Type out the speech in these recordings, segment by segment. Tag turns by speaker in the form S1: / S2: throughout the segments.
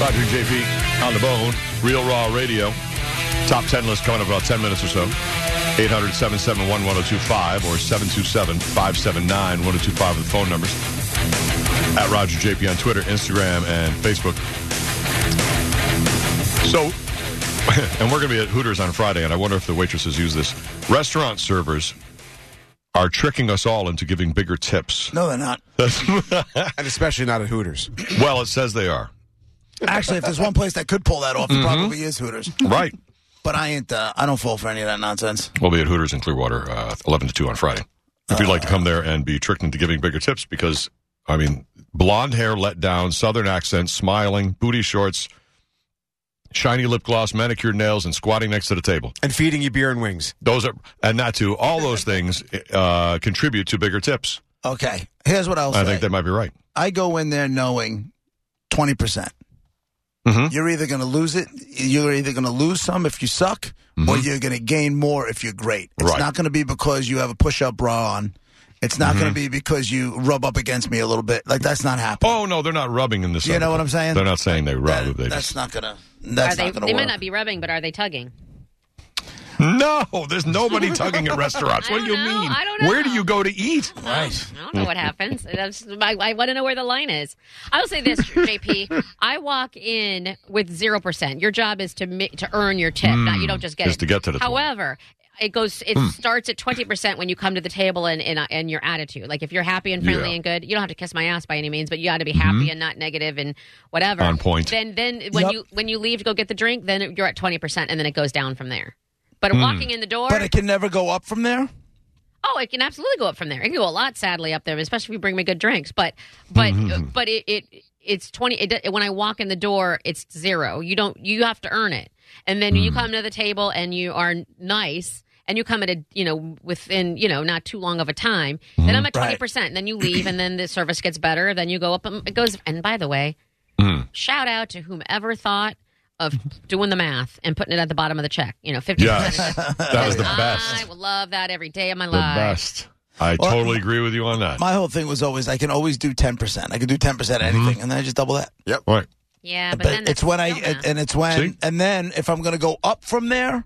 S1: Roger and JP on the bone. Real Raw Radio. Top 10 list coming up in about 10 minutes or so. 800 771 1025 or 727 579 1025 are the phone numbers. At Roger JP on Twitter, Instagram, and Facebook. So, and we're going to be at Hooters on Friday, and I wonder if the waitresses use this. Restaurant servers are tricking us all into giving bigger tips.
S2: No, they're not.
S3: And especially not at Hooters.
S1: Well, it says they are.
S2: Actually, if there's one place that could pull that off, it
S1: Mm-hmm.
S2: probably is Hooters.
S1: Right.
S2: But I ain't. Uh, I don't fall for any of that nonsense.
S1: We'll be at Hooters in Clearwater, uh, 11 to 2 on Friday. If you'd like to come there and be tricked into giving bigger tips, because, I mean, blonde hair let down, southern accent, smiling, booty shorts, shiny lip gloss, manicured nails, and squatting next to the table.
S3: And feeding you beer and wings.
S1: Those are, and not to, all those things uh, contribute to bigger tips.
S2: Okay, here's what I'll say.
S1: I think that might be right.
S2: I go in there knowing twenty percent.
S1: Mhm.
S2: You're either going to lose it. You're either going to lose some if you suck, or you're going to gain more if you're great. It's
S1: Mm-hmm. Right.
S2: not going to be because you have a push-up bra on. It's not
S1: Mm-hmm.
S2: going to be because you rub up against me a little bit. Like that's not happening.
S1: Oh, no, they're not rubbing in this.
S2: You know what I'm saying?
S1: They're not saying they rub.
S2: That-
S1: they
S2: that's
S1: just,
S2: not going to.
S4: Are
S2: That's
S4: they?
S2: not going
S4: They
S2: to work.
S4: might not be rubbing, but are they tugging?
S1: no, there's nobody tugging at restaurants.
S4: I
S1: What do you
S4: don't know.
S1: mean?
S4: I don't know.
S1: Where do you go to eat?
S2: Right.
S4: I don't know what happens. That's, I, I want to know where the line is. I'll say this, JP. I walk in with zero percent. Your job is to mi- to earn your tip. not you don't just get
S1: is
S4: it.
S1: Hmm. to get to the Hmm. tip.
S4: However. It goes. It starts at twenty percent when you come to the table and and, and your attitude. Like if you're happy and friendly
S1: Yeah. Hmm.
S4: and good, you don't have to kiss my ass by any means, but you got to be happy and not negative and whatever.
S1: On point.
S4: Then then when
S2: Yep.
S4: you when you leave to go get the drink, then you're at twenty percent, and then it goes down from there. But
S1: Hmm.
S4: walking in the door,
S2: But it can never go up from there.
S4: Oh, it can absolutely go up from there. It can go a lot, sadly, up there, especially if you bring me good drinks. But, but,
S1: Mm-hmm.
S4: but it, it, it's twenty. It, do- when I walk in the door, it's zero. You don't. You have to earn it. And then
S1: Mm.
S4: you come to the table and you are nice, and you come at a, you know, within, you know, not too long of a time.
S1: Mm.
S4: Then I'm at
S2: Right.
S4: twenty percent. Then you leave, and then the service gets better. Then you go up. um, It goes. And by the way,
S1: Mm.
S4: shout out to whomever thought of doing the math and putting it at the bottom of the check. You know, fifty
S1: Yes,
S4: percent.
S1: that is the best.
S4: I will love that every day of my
S1: the
S4: life.
S1: best. I
S2: Well,
S1: totally agree with you on that.
S2: My whole thing was always I can always do ten percent. I can do ten percent
S1: Mm-hmm.
S2: anything, and then I just double that.
S1: All right.
S4: Yeah, but,
S2: but
S4: then
S2: it's
S4: that's
S2: when I
S4: still math.
S2: and it's when
S1: See?
S2: and then if I'm gonna go up from there,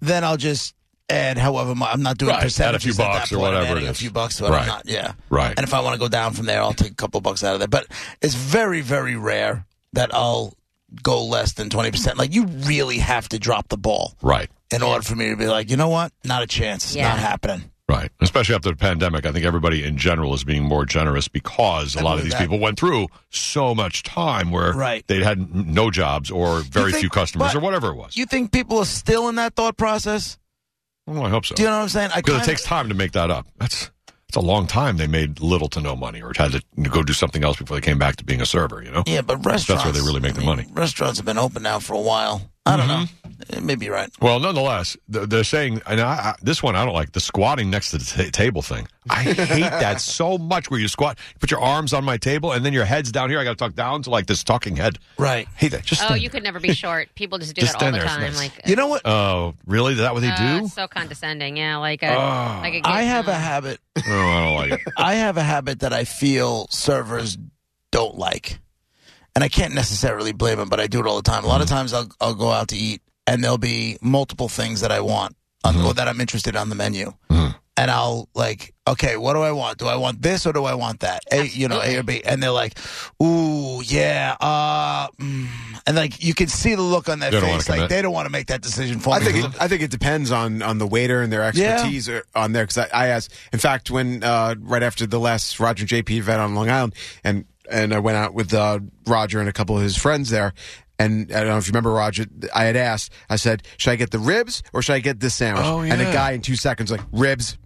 S2: then I'll just add however my, I'm not doing
S1: Right, add a few
S2: percentages at
S1: bucks
S2: that
S1: or
S2: point. I'm
S1: whatever it is.
S2: adding A few bucks, but
S1: Right.
S2: I'm not. Yeah,
S1: Right.
S2: And if I want to go down from there, I'll take a couple bucks out of there. But it's very very rare that I'll go less than twenty percent. Like you really have to drop the ball
S1: Right.
S2: in order for me to be like, you know what? Not a chance. It's
S4: Yeah.
S2: Not happening.
S1: Right. Especially after the pandemic, I think everybody in general is being more generous because a lot of
S2: believe
S1: these
S2: that.
S1: people went through so much time where
S2: Right.
S1: they had n- no jobs or very
S2: think-
S1: few customers
S2: but-
S1: or whatever it was.
S2: You think people are still in that thought process?
S1: well, I hope so.
S2: Do you know what I'm saying? I
S1: because
S2: kinda-
S1: it takes time to make that up. That's it's a long time they made little to no money or had to go do something else before they came back to being a server, you know?
S2: Yeah, but restaurants.
S1: where they really make
S2: I
S1: the
S2: mean,
S1: money. Mm-hmm.
S2: Restaurants have been open now for a while. I don't know. Maybe you're right.
S1: Well, nonetheless, th- they're saying, and I, I, this one I don't like the squatting next to the ta table thing. I hate that so much. Where you squat, put your arms on my table, and then your head's down here. I got to tuck down to like this talking head.
S2: Right.
S1: Hate that. Just
S4: oh,
S1: stand
S4: you
S1: there.
S4: could never be short. People just do
S1: Just
S4: that all
S1: stand
S4: the
S1: there, it's
S4: time.
S1: nice.
S4: Like
S2: You know what?
S1: Oh, really? Is that what they
S4: uh,
S1: do?
S4: it's so condescending. Yeah, like a, like a kid.
S2: Oh. I have a habit.
S1: No, Oh, I don't like it.
S2: I have a habit that I feel servers don't like, and I can't necessarily blame them, but I do it all the time. A lot
S1: Mm-hmm.
S2: of times I'll I'll go out to eat, and there'll be multiple things that I want on,
S1: Mm-hmm.
S2: or that I'm interested on the menu. And I'll like, okay, what do I want? Do I want this or do I want that? A, you know, A or B. And they're like, ooh, yeah, uh, mm. and like you can see the look on their
S1: They don't wanna
S2: face, like
S1: commit.
S2: they don't want to make that decision for
S3: I
S2: me.
S3: think it, I think it depends on, on the waiter and their
S2: Uh-huh. Yeah.
S3: expertise or- on there. Because I, I asked, in fact, when uh, right after the last Roger JP event on Long Island, and and I went out with uh, Roger and a couple of his friends there. And I don't know if you remember Roger. I had asked. I said, "Should I get the ribs or should I get this sandwich?"
S1: Oh,
S3: And the
S1: yeah.
S3: guy in two seconds like ribs.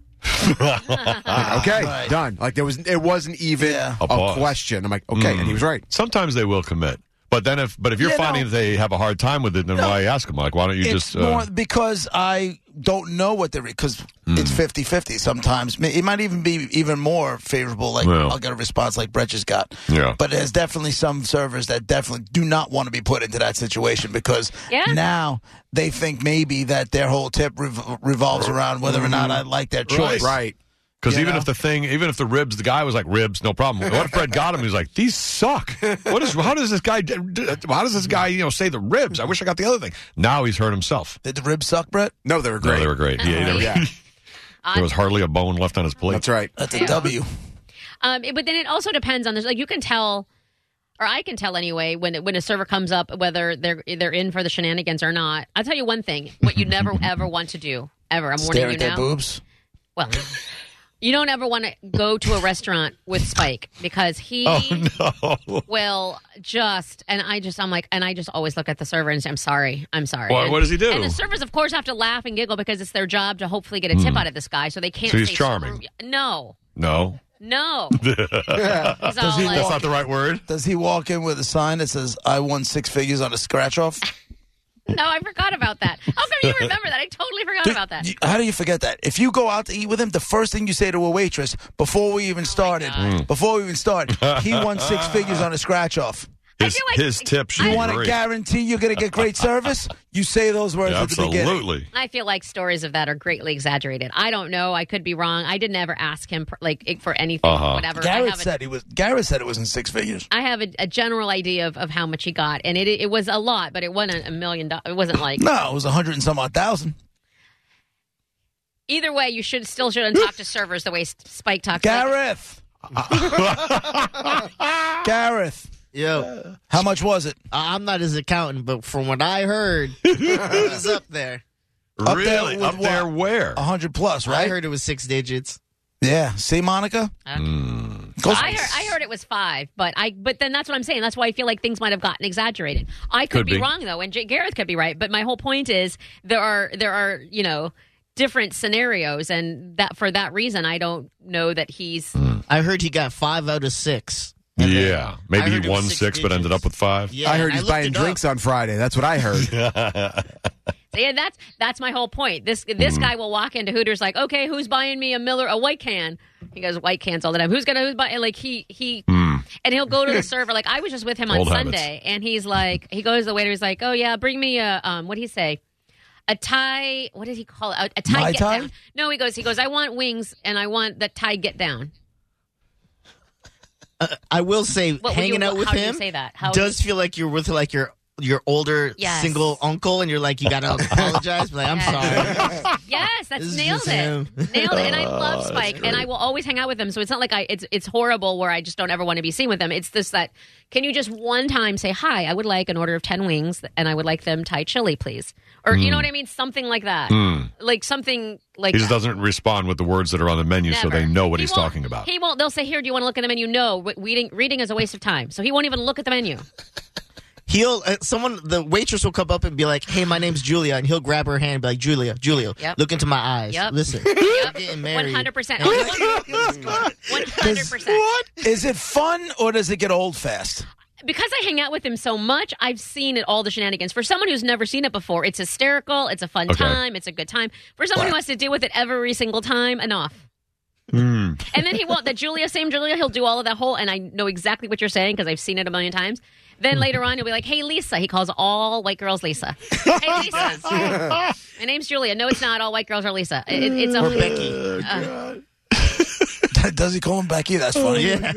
S3: Like, okay,
S2: Right.
S3: done. Like there was, it wasn't even
S2: Yeah. Mm.
S1: A
S3: a,
S1: pause.
S3: question. I'm like, okay, and he was right.
S1: Hmm. Sometimes they will commit, but then if but if you're
S2: You know-
S1: finding that they have a hard time with it, then why ask them? Like, why don't you
S2: it's
S1: just?
S2: more
S1: uh,
S2: because I don't know what they're because
S1: Hmm.
S2: it's 50-50 sometimes. Ma- It might even be even more favorable. Like
S1: Well.
S2: I'll get a response like Brett just got.
S1: Yeah.
S2: But there's definitely some servers that definitely do not want to be put into that situation because
S4: Yeah.
S2: now
S1: Mm-hmm.
S2: they think maybe that their whole tip rev- revolves around whether or not I like their choice.
S3: Right.
S1: Because
S2: You
S1: even
S2: know?
S1: if the thing, even if the ribs, the guy was like ribs, no problem. What if Fred got him? He was like, these suck. What is? How does this guy? d- d- How does this guy? You know, say the ribs. I wish I got the other thing. Now he's hurt himself.
S2: Did the ribs suck, Brett?
S3: No, they were
S1: No,
S3: great.
S1: they were great. He ate
S4: Oh,
S1: every-
S3: yeah.
S1: There was hardly a bone left on his plate.
S3: That's right.
S2: That's a
S4: Yeah.
S2: W.
S4: Um, it- but then it also depends on this. Like you can tell, or I can tell anyway, when when a server comes up whether they're they're in for the shenanigans or not. I'll tell you one thing: what you never ever want to do ever. I'm
S2: Stare
S4: warning you
S2: at their
S4: now.
S2: boobs.
S4: Well.
S1: Mm.
S4: You don't ever want to go to a restaurant with Spike because he
S1: Oh no!
S4: will just and I just I'm like and I just always look at the server and say I'm sorry I'm sorry.
S1: Why-
S4: And-
S1: what does he do?
S4: And the servers of course have to laugh and giggle because it's their job to hopefully get a tip out of this guy so they can't.
S1: Hmm. So he's
S4: say,
S1: charming.
S4: "Screw you." No, no,
S1: No,
S4: no. He's all like-
S1: that's not the right word.
S2: Does he walk in with a sign that says "I won six figures on a scratch off"?
S4: No, I forgot about that. How come you remember that? I totally forgot about that.
S2: You- How do you forget that? If you go out to eat with him, the first thing you say to a waitress before we
S4: Oh
S2: even started,
S4: Mm.
S2: before we even started, he won six figures on a scratch off.
S1: His,
S4: feel like-
S1: his tip should
S2: You
S1: be
S2: want to
S1: great.
S2: guarantee you're going to get great service? You say those words at the beginning.
S1: Absolutely.
S4: I feel like stories of that are greatly exaggerated. I don't know. I could be wrong. I didn't ever ask him like for anything,
S1: Uh-huh.
S4: whatever. I
S2: Garrett
S4: have a-
S2: said he was. Garrett said it was in six figures.
S4: I have a, a general idea of, of how much he got, and it it was a lot, but it wasn't a million dollars. It wasn't like
S2: No, it was a hundred and some odd thousand.
S4: either way. You should still shouldn't talk to servers the way S- Spike talks. Like,
S2: Gareth. Gareth,
S5: Yo,
S2: how much was it?
S5: I- I'm not his accountant, but from what I heard, it was up there.
S2: Up there
S1: really?
S2: with
S1: up there where?
S2: A hundred plus,
S5: I
S2: right?
S5: heard it was six digits.
S2: Yeah. See, Monica. Go-
S4: I heard, I heard it was five, but I but then that's what I'm saying. That's why I feel like things might have gotten exaggerated. I could,
S1: Could
S4: be,
S1: be.
S4: wrong though, and J- Gareth could be right. But my whole point is there are there are you know different scenarios, and that for that reason I don't know that he's
S5: I heard he got five out of six. And then
S1: Yeah.
S5: I
S1: Maybe
S5: heard
S1: he
S5: it
S1: won
S5: was
S1: six,
S5: six
S1: but ended up
S5: digits.
S1: with five.
S5: Yeah,
S3: I heard
S5: and
S3: he's
S5: looked
S3: buying
S5: it up.
S3: drinks on Friday. That's what I heard.
S4: yeah that's that's my whole point. This this guy will walk into Hooters like okay who's buying me a Miller a white can. He goes white cans all the time. Who's gonna who's buy like he he and he'll go to the server. Like I was just with him on
S1: Old habits.
S4: Sunday, and he's like he goes to the waiter. He's like oh yeah bring me a um what do he say a Thai. What did he call it? A, a Thai
S2: Mai
S4: get
S2: Tai?
S4: down. No, he goes. He goes. I want wings, and I want the Thai get down.
S5: I will say,
S4: would
S5: hanging
S4: you-
S5: out with
S4: how do you
S5: him
S4: say that? How-
S5: does feel like you're with like your your older
S4: Yes.
S5: single uncle, and you're like you gotta apologize. but like, I'm
S4: Yes.
S5: sorry.
S4: Yes, that's
S5: This is
S4: nailed
S5: just
S4: it.
S5: him.
S4: Nailed it. And I
S1: Oh,
S4: love Spike, and I will always hang out with him. So it's not like I. It's it's horrible where I just don't ever want to be seen with him. It's this that can you just one time say hi? I would like an order of ten wings, and I would like them Thai chili, please. Or you know what I mean? Something like that. Like something like
S1: Hmm. He just
S4: that.
S1: doesn't respond with the words that are on the menu so
S4: Never.
S1: they know what
S4: He
S1: he's
S4: won't-
S1: talking about.
S4: He won't. They'll say, "Here, do you want to look at the menu?" No, w- reading reading is a waste of time. So he won't even look at the menu.
S5: He'll uh, someone the waitress will come up and be like, "Hey, my name's Julia," and he'll grab her hand and be like, "Julia, Julia,
S4: Yep.
S5: look into my eyes.
S4: Yep.
S5: Listen,
S4: Yep.
S5: we're getting
S4: One
S5: married.
S4: hundred percent.
S5: And-
S4: One hundred percent.
S2: Is it fun or does it get old fast?
S4: because I hang out with him so much, I've seen it all the shenanigans. For someone who's never seen it before, it's hysterical. It's a fun
S1: Okay.
S4: time. It's a good time. For someone who has to deal with it every single time, enough. And then he won't. The Julia, same Julia, he'll do all of that whole. And I know exactly what you're saying because I've seen it a million times. Then later on, he'll be like, "Hey, Lisa." He calls all white girls Lisa. hey, Lisa. My name's Julia. No, it's not. All white girls are Lisa. It- it- it's a
S5: Or Becky.
S2: does he call him Becky? That's funny.
S5: Yeah.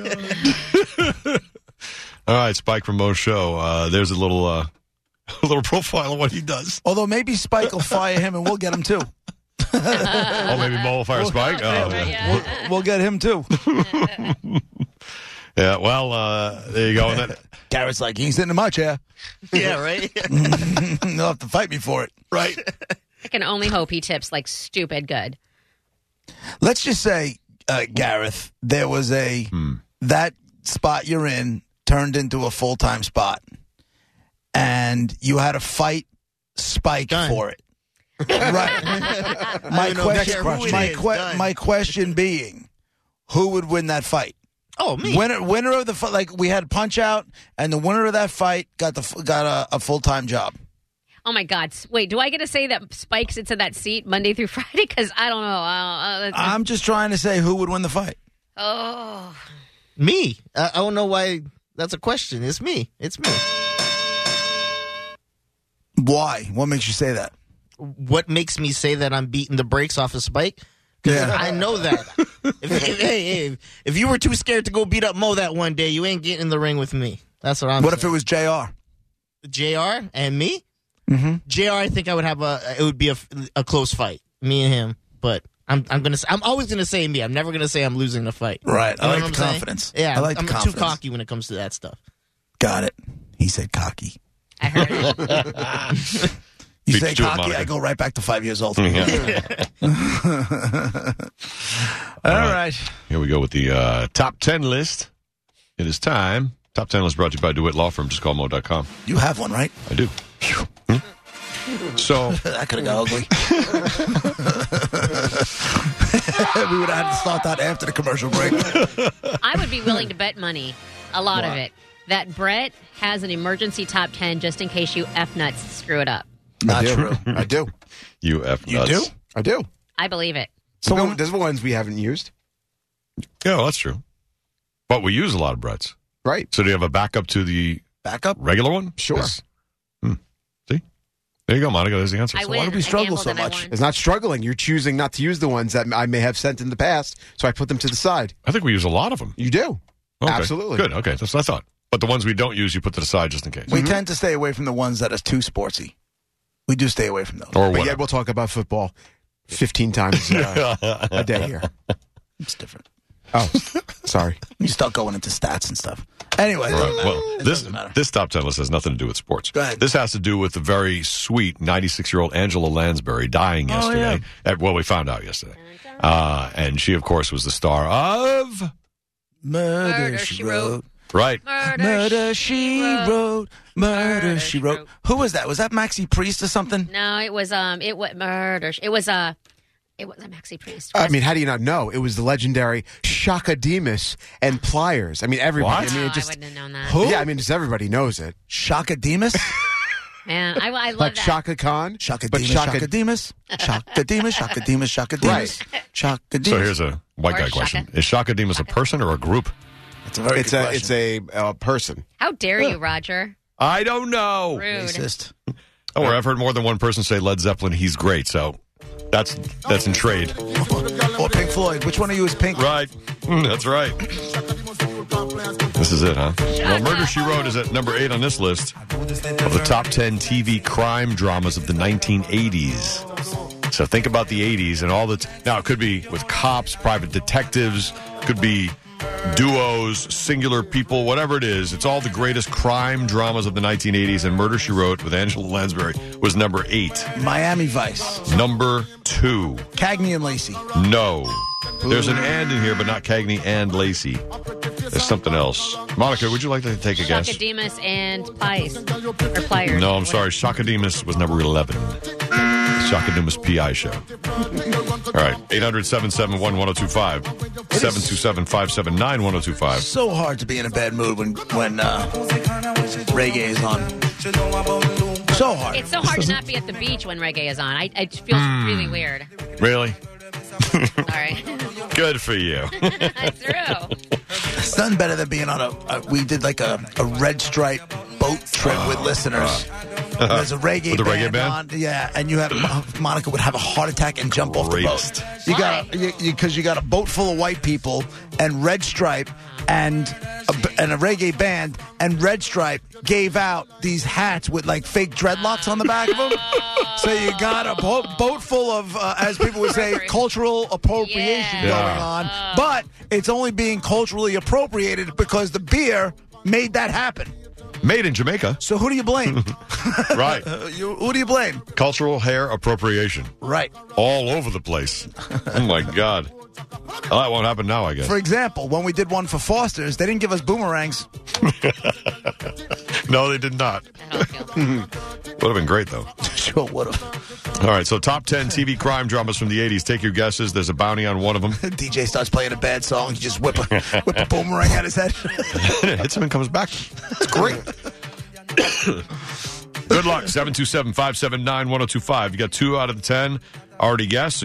S1: All right, Spike from Mo's show. Uh, there's a little uh, a little profile of what he does.
S2: Although maybe Spike will fire him and we'll get him too.
S1: oh, maybe Mo will fire Spike. Oh,
S4: right, yeah.
S2: We'll, we'll get him too.
S1: yeah. Well, uh, there you go. And that,
S2: Garrett's like, he's sitting in my chair.
S5: yeah, right.
S2: They'll have to fight me for it.
S1: right.
S4: I can only hope he tips like stupid good.
S2: Let's just say, uh, Gareth, there was a that spot you're in turned into a full time spot, and you had to fight Spike
S5: Done.
S2: for it. right. My
S5: don't know
S2: question,
S5: who it
S2: my,
S5: is.
S2: que-
S5: Done.
S2: my question being, who would win that fight?
S5: Oh, me.
S2: Winner, winner of the fight. Like we had punch out, and the winner of that fight got the f- got a, a full time job.
S4: Oh my God! S- Wait, do I get to say that Spike sits in that seat Monday through Friday? Because I don't know. I don't- uh,
S2: I'm just trying to say who would win the fight.
S4: oh,
S5: Me. I, I don't know why that's a question. It's me. It's me.
S2: Why? What makes you say that?
S5: What makes me say that I'm beating the brakes off of Spike? 'Cause I know that. if, if- hey, hey, if you were too scared to go beat up Mo that one day, you ain't getting in the ring with me. That's what I'm.
S2: What if it
S5: saying.
S2: was Jr.
S5: Jr. and me? Mm-hmm. Jr. I think I would have a. It would be a, a close fight, me and him. But I'm I'm gonna. s- I'm always gonna say me. I'm never gonna say I'm losing the fight.
S2: Right.
S5: You
S2: I
S5: know
S2: like the
S5: what I'm saying?
S2: confidence.
S5: Yeah,
S2: I like
S5: I'm
S2: the confidence.
S5: too cocky when it comes to that stuff.
S2: Got it. He said cocky.
S4: I heard it.
S2: You
S1: Beats
S2: say
S1: you to it,
S2: cocky,
S1: Monica. Mm-hmm.
S2: I go right back to five years old.
S1: Yeah. All right. Here we go with the uh, top 10 list. It is time. Top 10 list brought to you by DeWitt Law Firm. Just call mo.com.
S2: You have one, right?
S1: I do. Hmm? So,
S2: That could have got ugly. we would have had to start that after the commercial break.
S4: I would be willing to bet money, a lot of it, that Brett has an emergency top 10 just in case you F nuts screw it up.
S2: Not
S3: I do.
S2: true.
S3: I do.
S1: you F
S2: You
S1: nuts.
S2: do?
S3: I do.
S4: I believe it.
S3: So there's ones we haven't used.
S1: Yeah, well, that's true. But we use a lot of Brett's.
S3: Right.
S1: So, do you have a backup to the
S2: Back up.
S1: regular one?
S3: Sure.
S1: Yes. Hmm. See? There you go, Monica. There's the answer.
S4: I
S1: So-
S4: win.
S2: why do we
S4: I
S2: struggle
S4: gambled
S2: so
S4: and I
S2: much?
S4: won.
S3: It's not struggling. You're choosing not to use the ones that I may have sent in the past, so I put them to the side.
S1: I think we use a lot of them.
S3: You do.
S1: Okay.
S3: Absolutely.
S1: Good. Okay. That's what I thought. But the ones we don't use, you put to the side just in case.
S2: We tend to stay away from the ones that are too sportsy. We do stay away from those.
S1: Mm-hmm. or
S3: But
S1: what?
S3: yet we'll talk about football 15 times uh, a day here.
S2: It's different.
S3: Oh, sorry.
S2: You start going into stats and stuff. Anyway, it doesn't
S1: Right.
S2: matter.
S1: Well,
S2: It
S1: this
S2: doesn't matter.
S1: this top ten list has nothing to do with sports.
S2: Go ahead.
S1: This has to do with the very sweet 96 year old Angela Lansbury dying
S4: Oh,
S1: yesterday. At, well, we found out yesterday, uh, and she, of course, was the star of
S2: Murder,
S4: Murder,
S2: she,
S4: She
S2: wrote.
S4: Wrote.
S1: right.
S4: Murder,
S2: Murder
S4: She
S2: she wrote. Murder she wrote.
S4: Wrote.
S2: Who was that? Was that Maxie Priest or something?
S4: No, it was um, it was murder. It was uh, it was a Maxi Priest.
S3: I mean, how do you not know? It was the legendary Shaka Demus and Pliers. I mean, everybody.
S1: What?
S3: I mean,
S4: oh,
S3: it just.
S4: I wouldn't have known that.
S3: Yeah, I mean, just everybody knows it.
S2: Shaka Demus?
S4: Yeah, I, I love
S3: Like
S4: that.
S3: Shaka Khan.
S2: Shaka
S3: but
S2: Demus,
S3: Shaka,
S2: Shaka Demus, Shaka Demus, Shaka Demus, Shaka Demus, Shaka
S1: So
S2: Demus.
S1: here's a white
S4: Or
S1: guy
S4: Shaka.
S1: question: Is Shaka Demus a person or a group?
S2: It's a very
S3: It's
S2: good
S3: a it's
S2: question.
S3: a uh, person.
S4: How dare you, Roger?
S1: I don't know.
S4: Rude.
S2: racist.
S1: Oh, I've heard more than one person say Led Zeppelin. He's great. So that's that's in trade,
S2: Or Pink Floyd. Which one of you is Pink?
S1: right? Mm, That's right. This is it, huh? Well, Murder She Wrote is at number eight on this list. of the top 10 TV crime dramas of the 1980s. So think about the 80s and all the. T- now, it could be with cops, private detectives, could be duos, singular people, whatever it is. It's all the greatest crime dramas of the 1980s, and Murder She Wrote with Angela Lansbury was number eight.
S2: Miami Vice.
S1: Number two,
S2: Cagney and Lacey.
S1: no. There's an and in here, but not Cagney and Lacey. There's something else. Monica, would you like to take a guess?
S4: Shakademus and Pliers. Or Pliers.
S1: No, I'm sorry. Shakademus was number 11. Shakademus PI show. All right. 800 771 1025. 727 579 1025.
S2: So hard to be in a bad mood when when uh, reggae is on. So hard.
S4: It's so hard to not be at the beach when reggae is on. I, it feels really weird.
S1: Really?
S4: Sorry.
S1: Good for you.
S4: That's true.
S2: It's nothing better than being on a. a we did like a, a red stripe boat trip with listeners. And There's a reggae,
S1: Uh-huh. With a reggae band?
S2: on, yeah, and you have Mo- Monica would have a heart attack and jump off
S1: Greatest.
S2: the boat. You got because you, 'cause you got a boat full of white people and Red Stripe and a, b- and a reggae band and Red Stripe gave out these hats with like fake dreadlocks on the back of them. so you got a bo- boat full of, uh, as people would say, cultural appropriation
S4: Yeah.
S2: going
S1: Yeah.
S2: on, but it's only being culturally appropriated because the beer made that happen.
S1: Made in Jamaica.
S2: So who do you blame?
S1: Right.
S2: Uh, you, who do you blame?
S1: Cultural hair appropriation.
S2: Right.
S1: All over the place. Oh, my God. Well, that won't happen now, I guess.
S2: For example, when we did one for Foster's, they didn't give us boomerangs.
S1: No, they did not.
S4: I don't feel
S1: Would have been great, though.
S2: Sure would have.
S1: All right. So, top 10 TV crime dramas from the 80s. Take your guesses. There's a bounty on one of them.
S2: DJ starts playing a bad song, you just whip a whip a boomerang at his head.
S1: hits him and comes back. It's great. Good luck. 727 579 1025. You got oh two out of the 10 already guessed.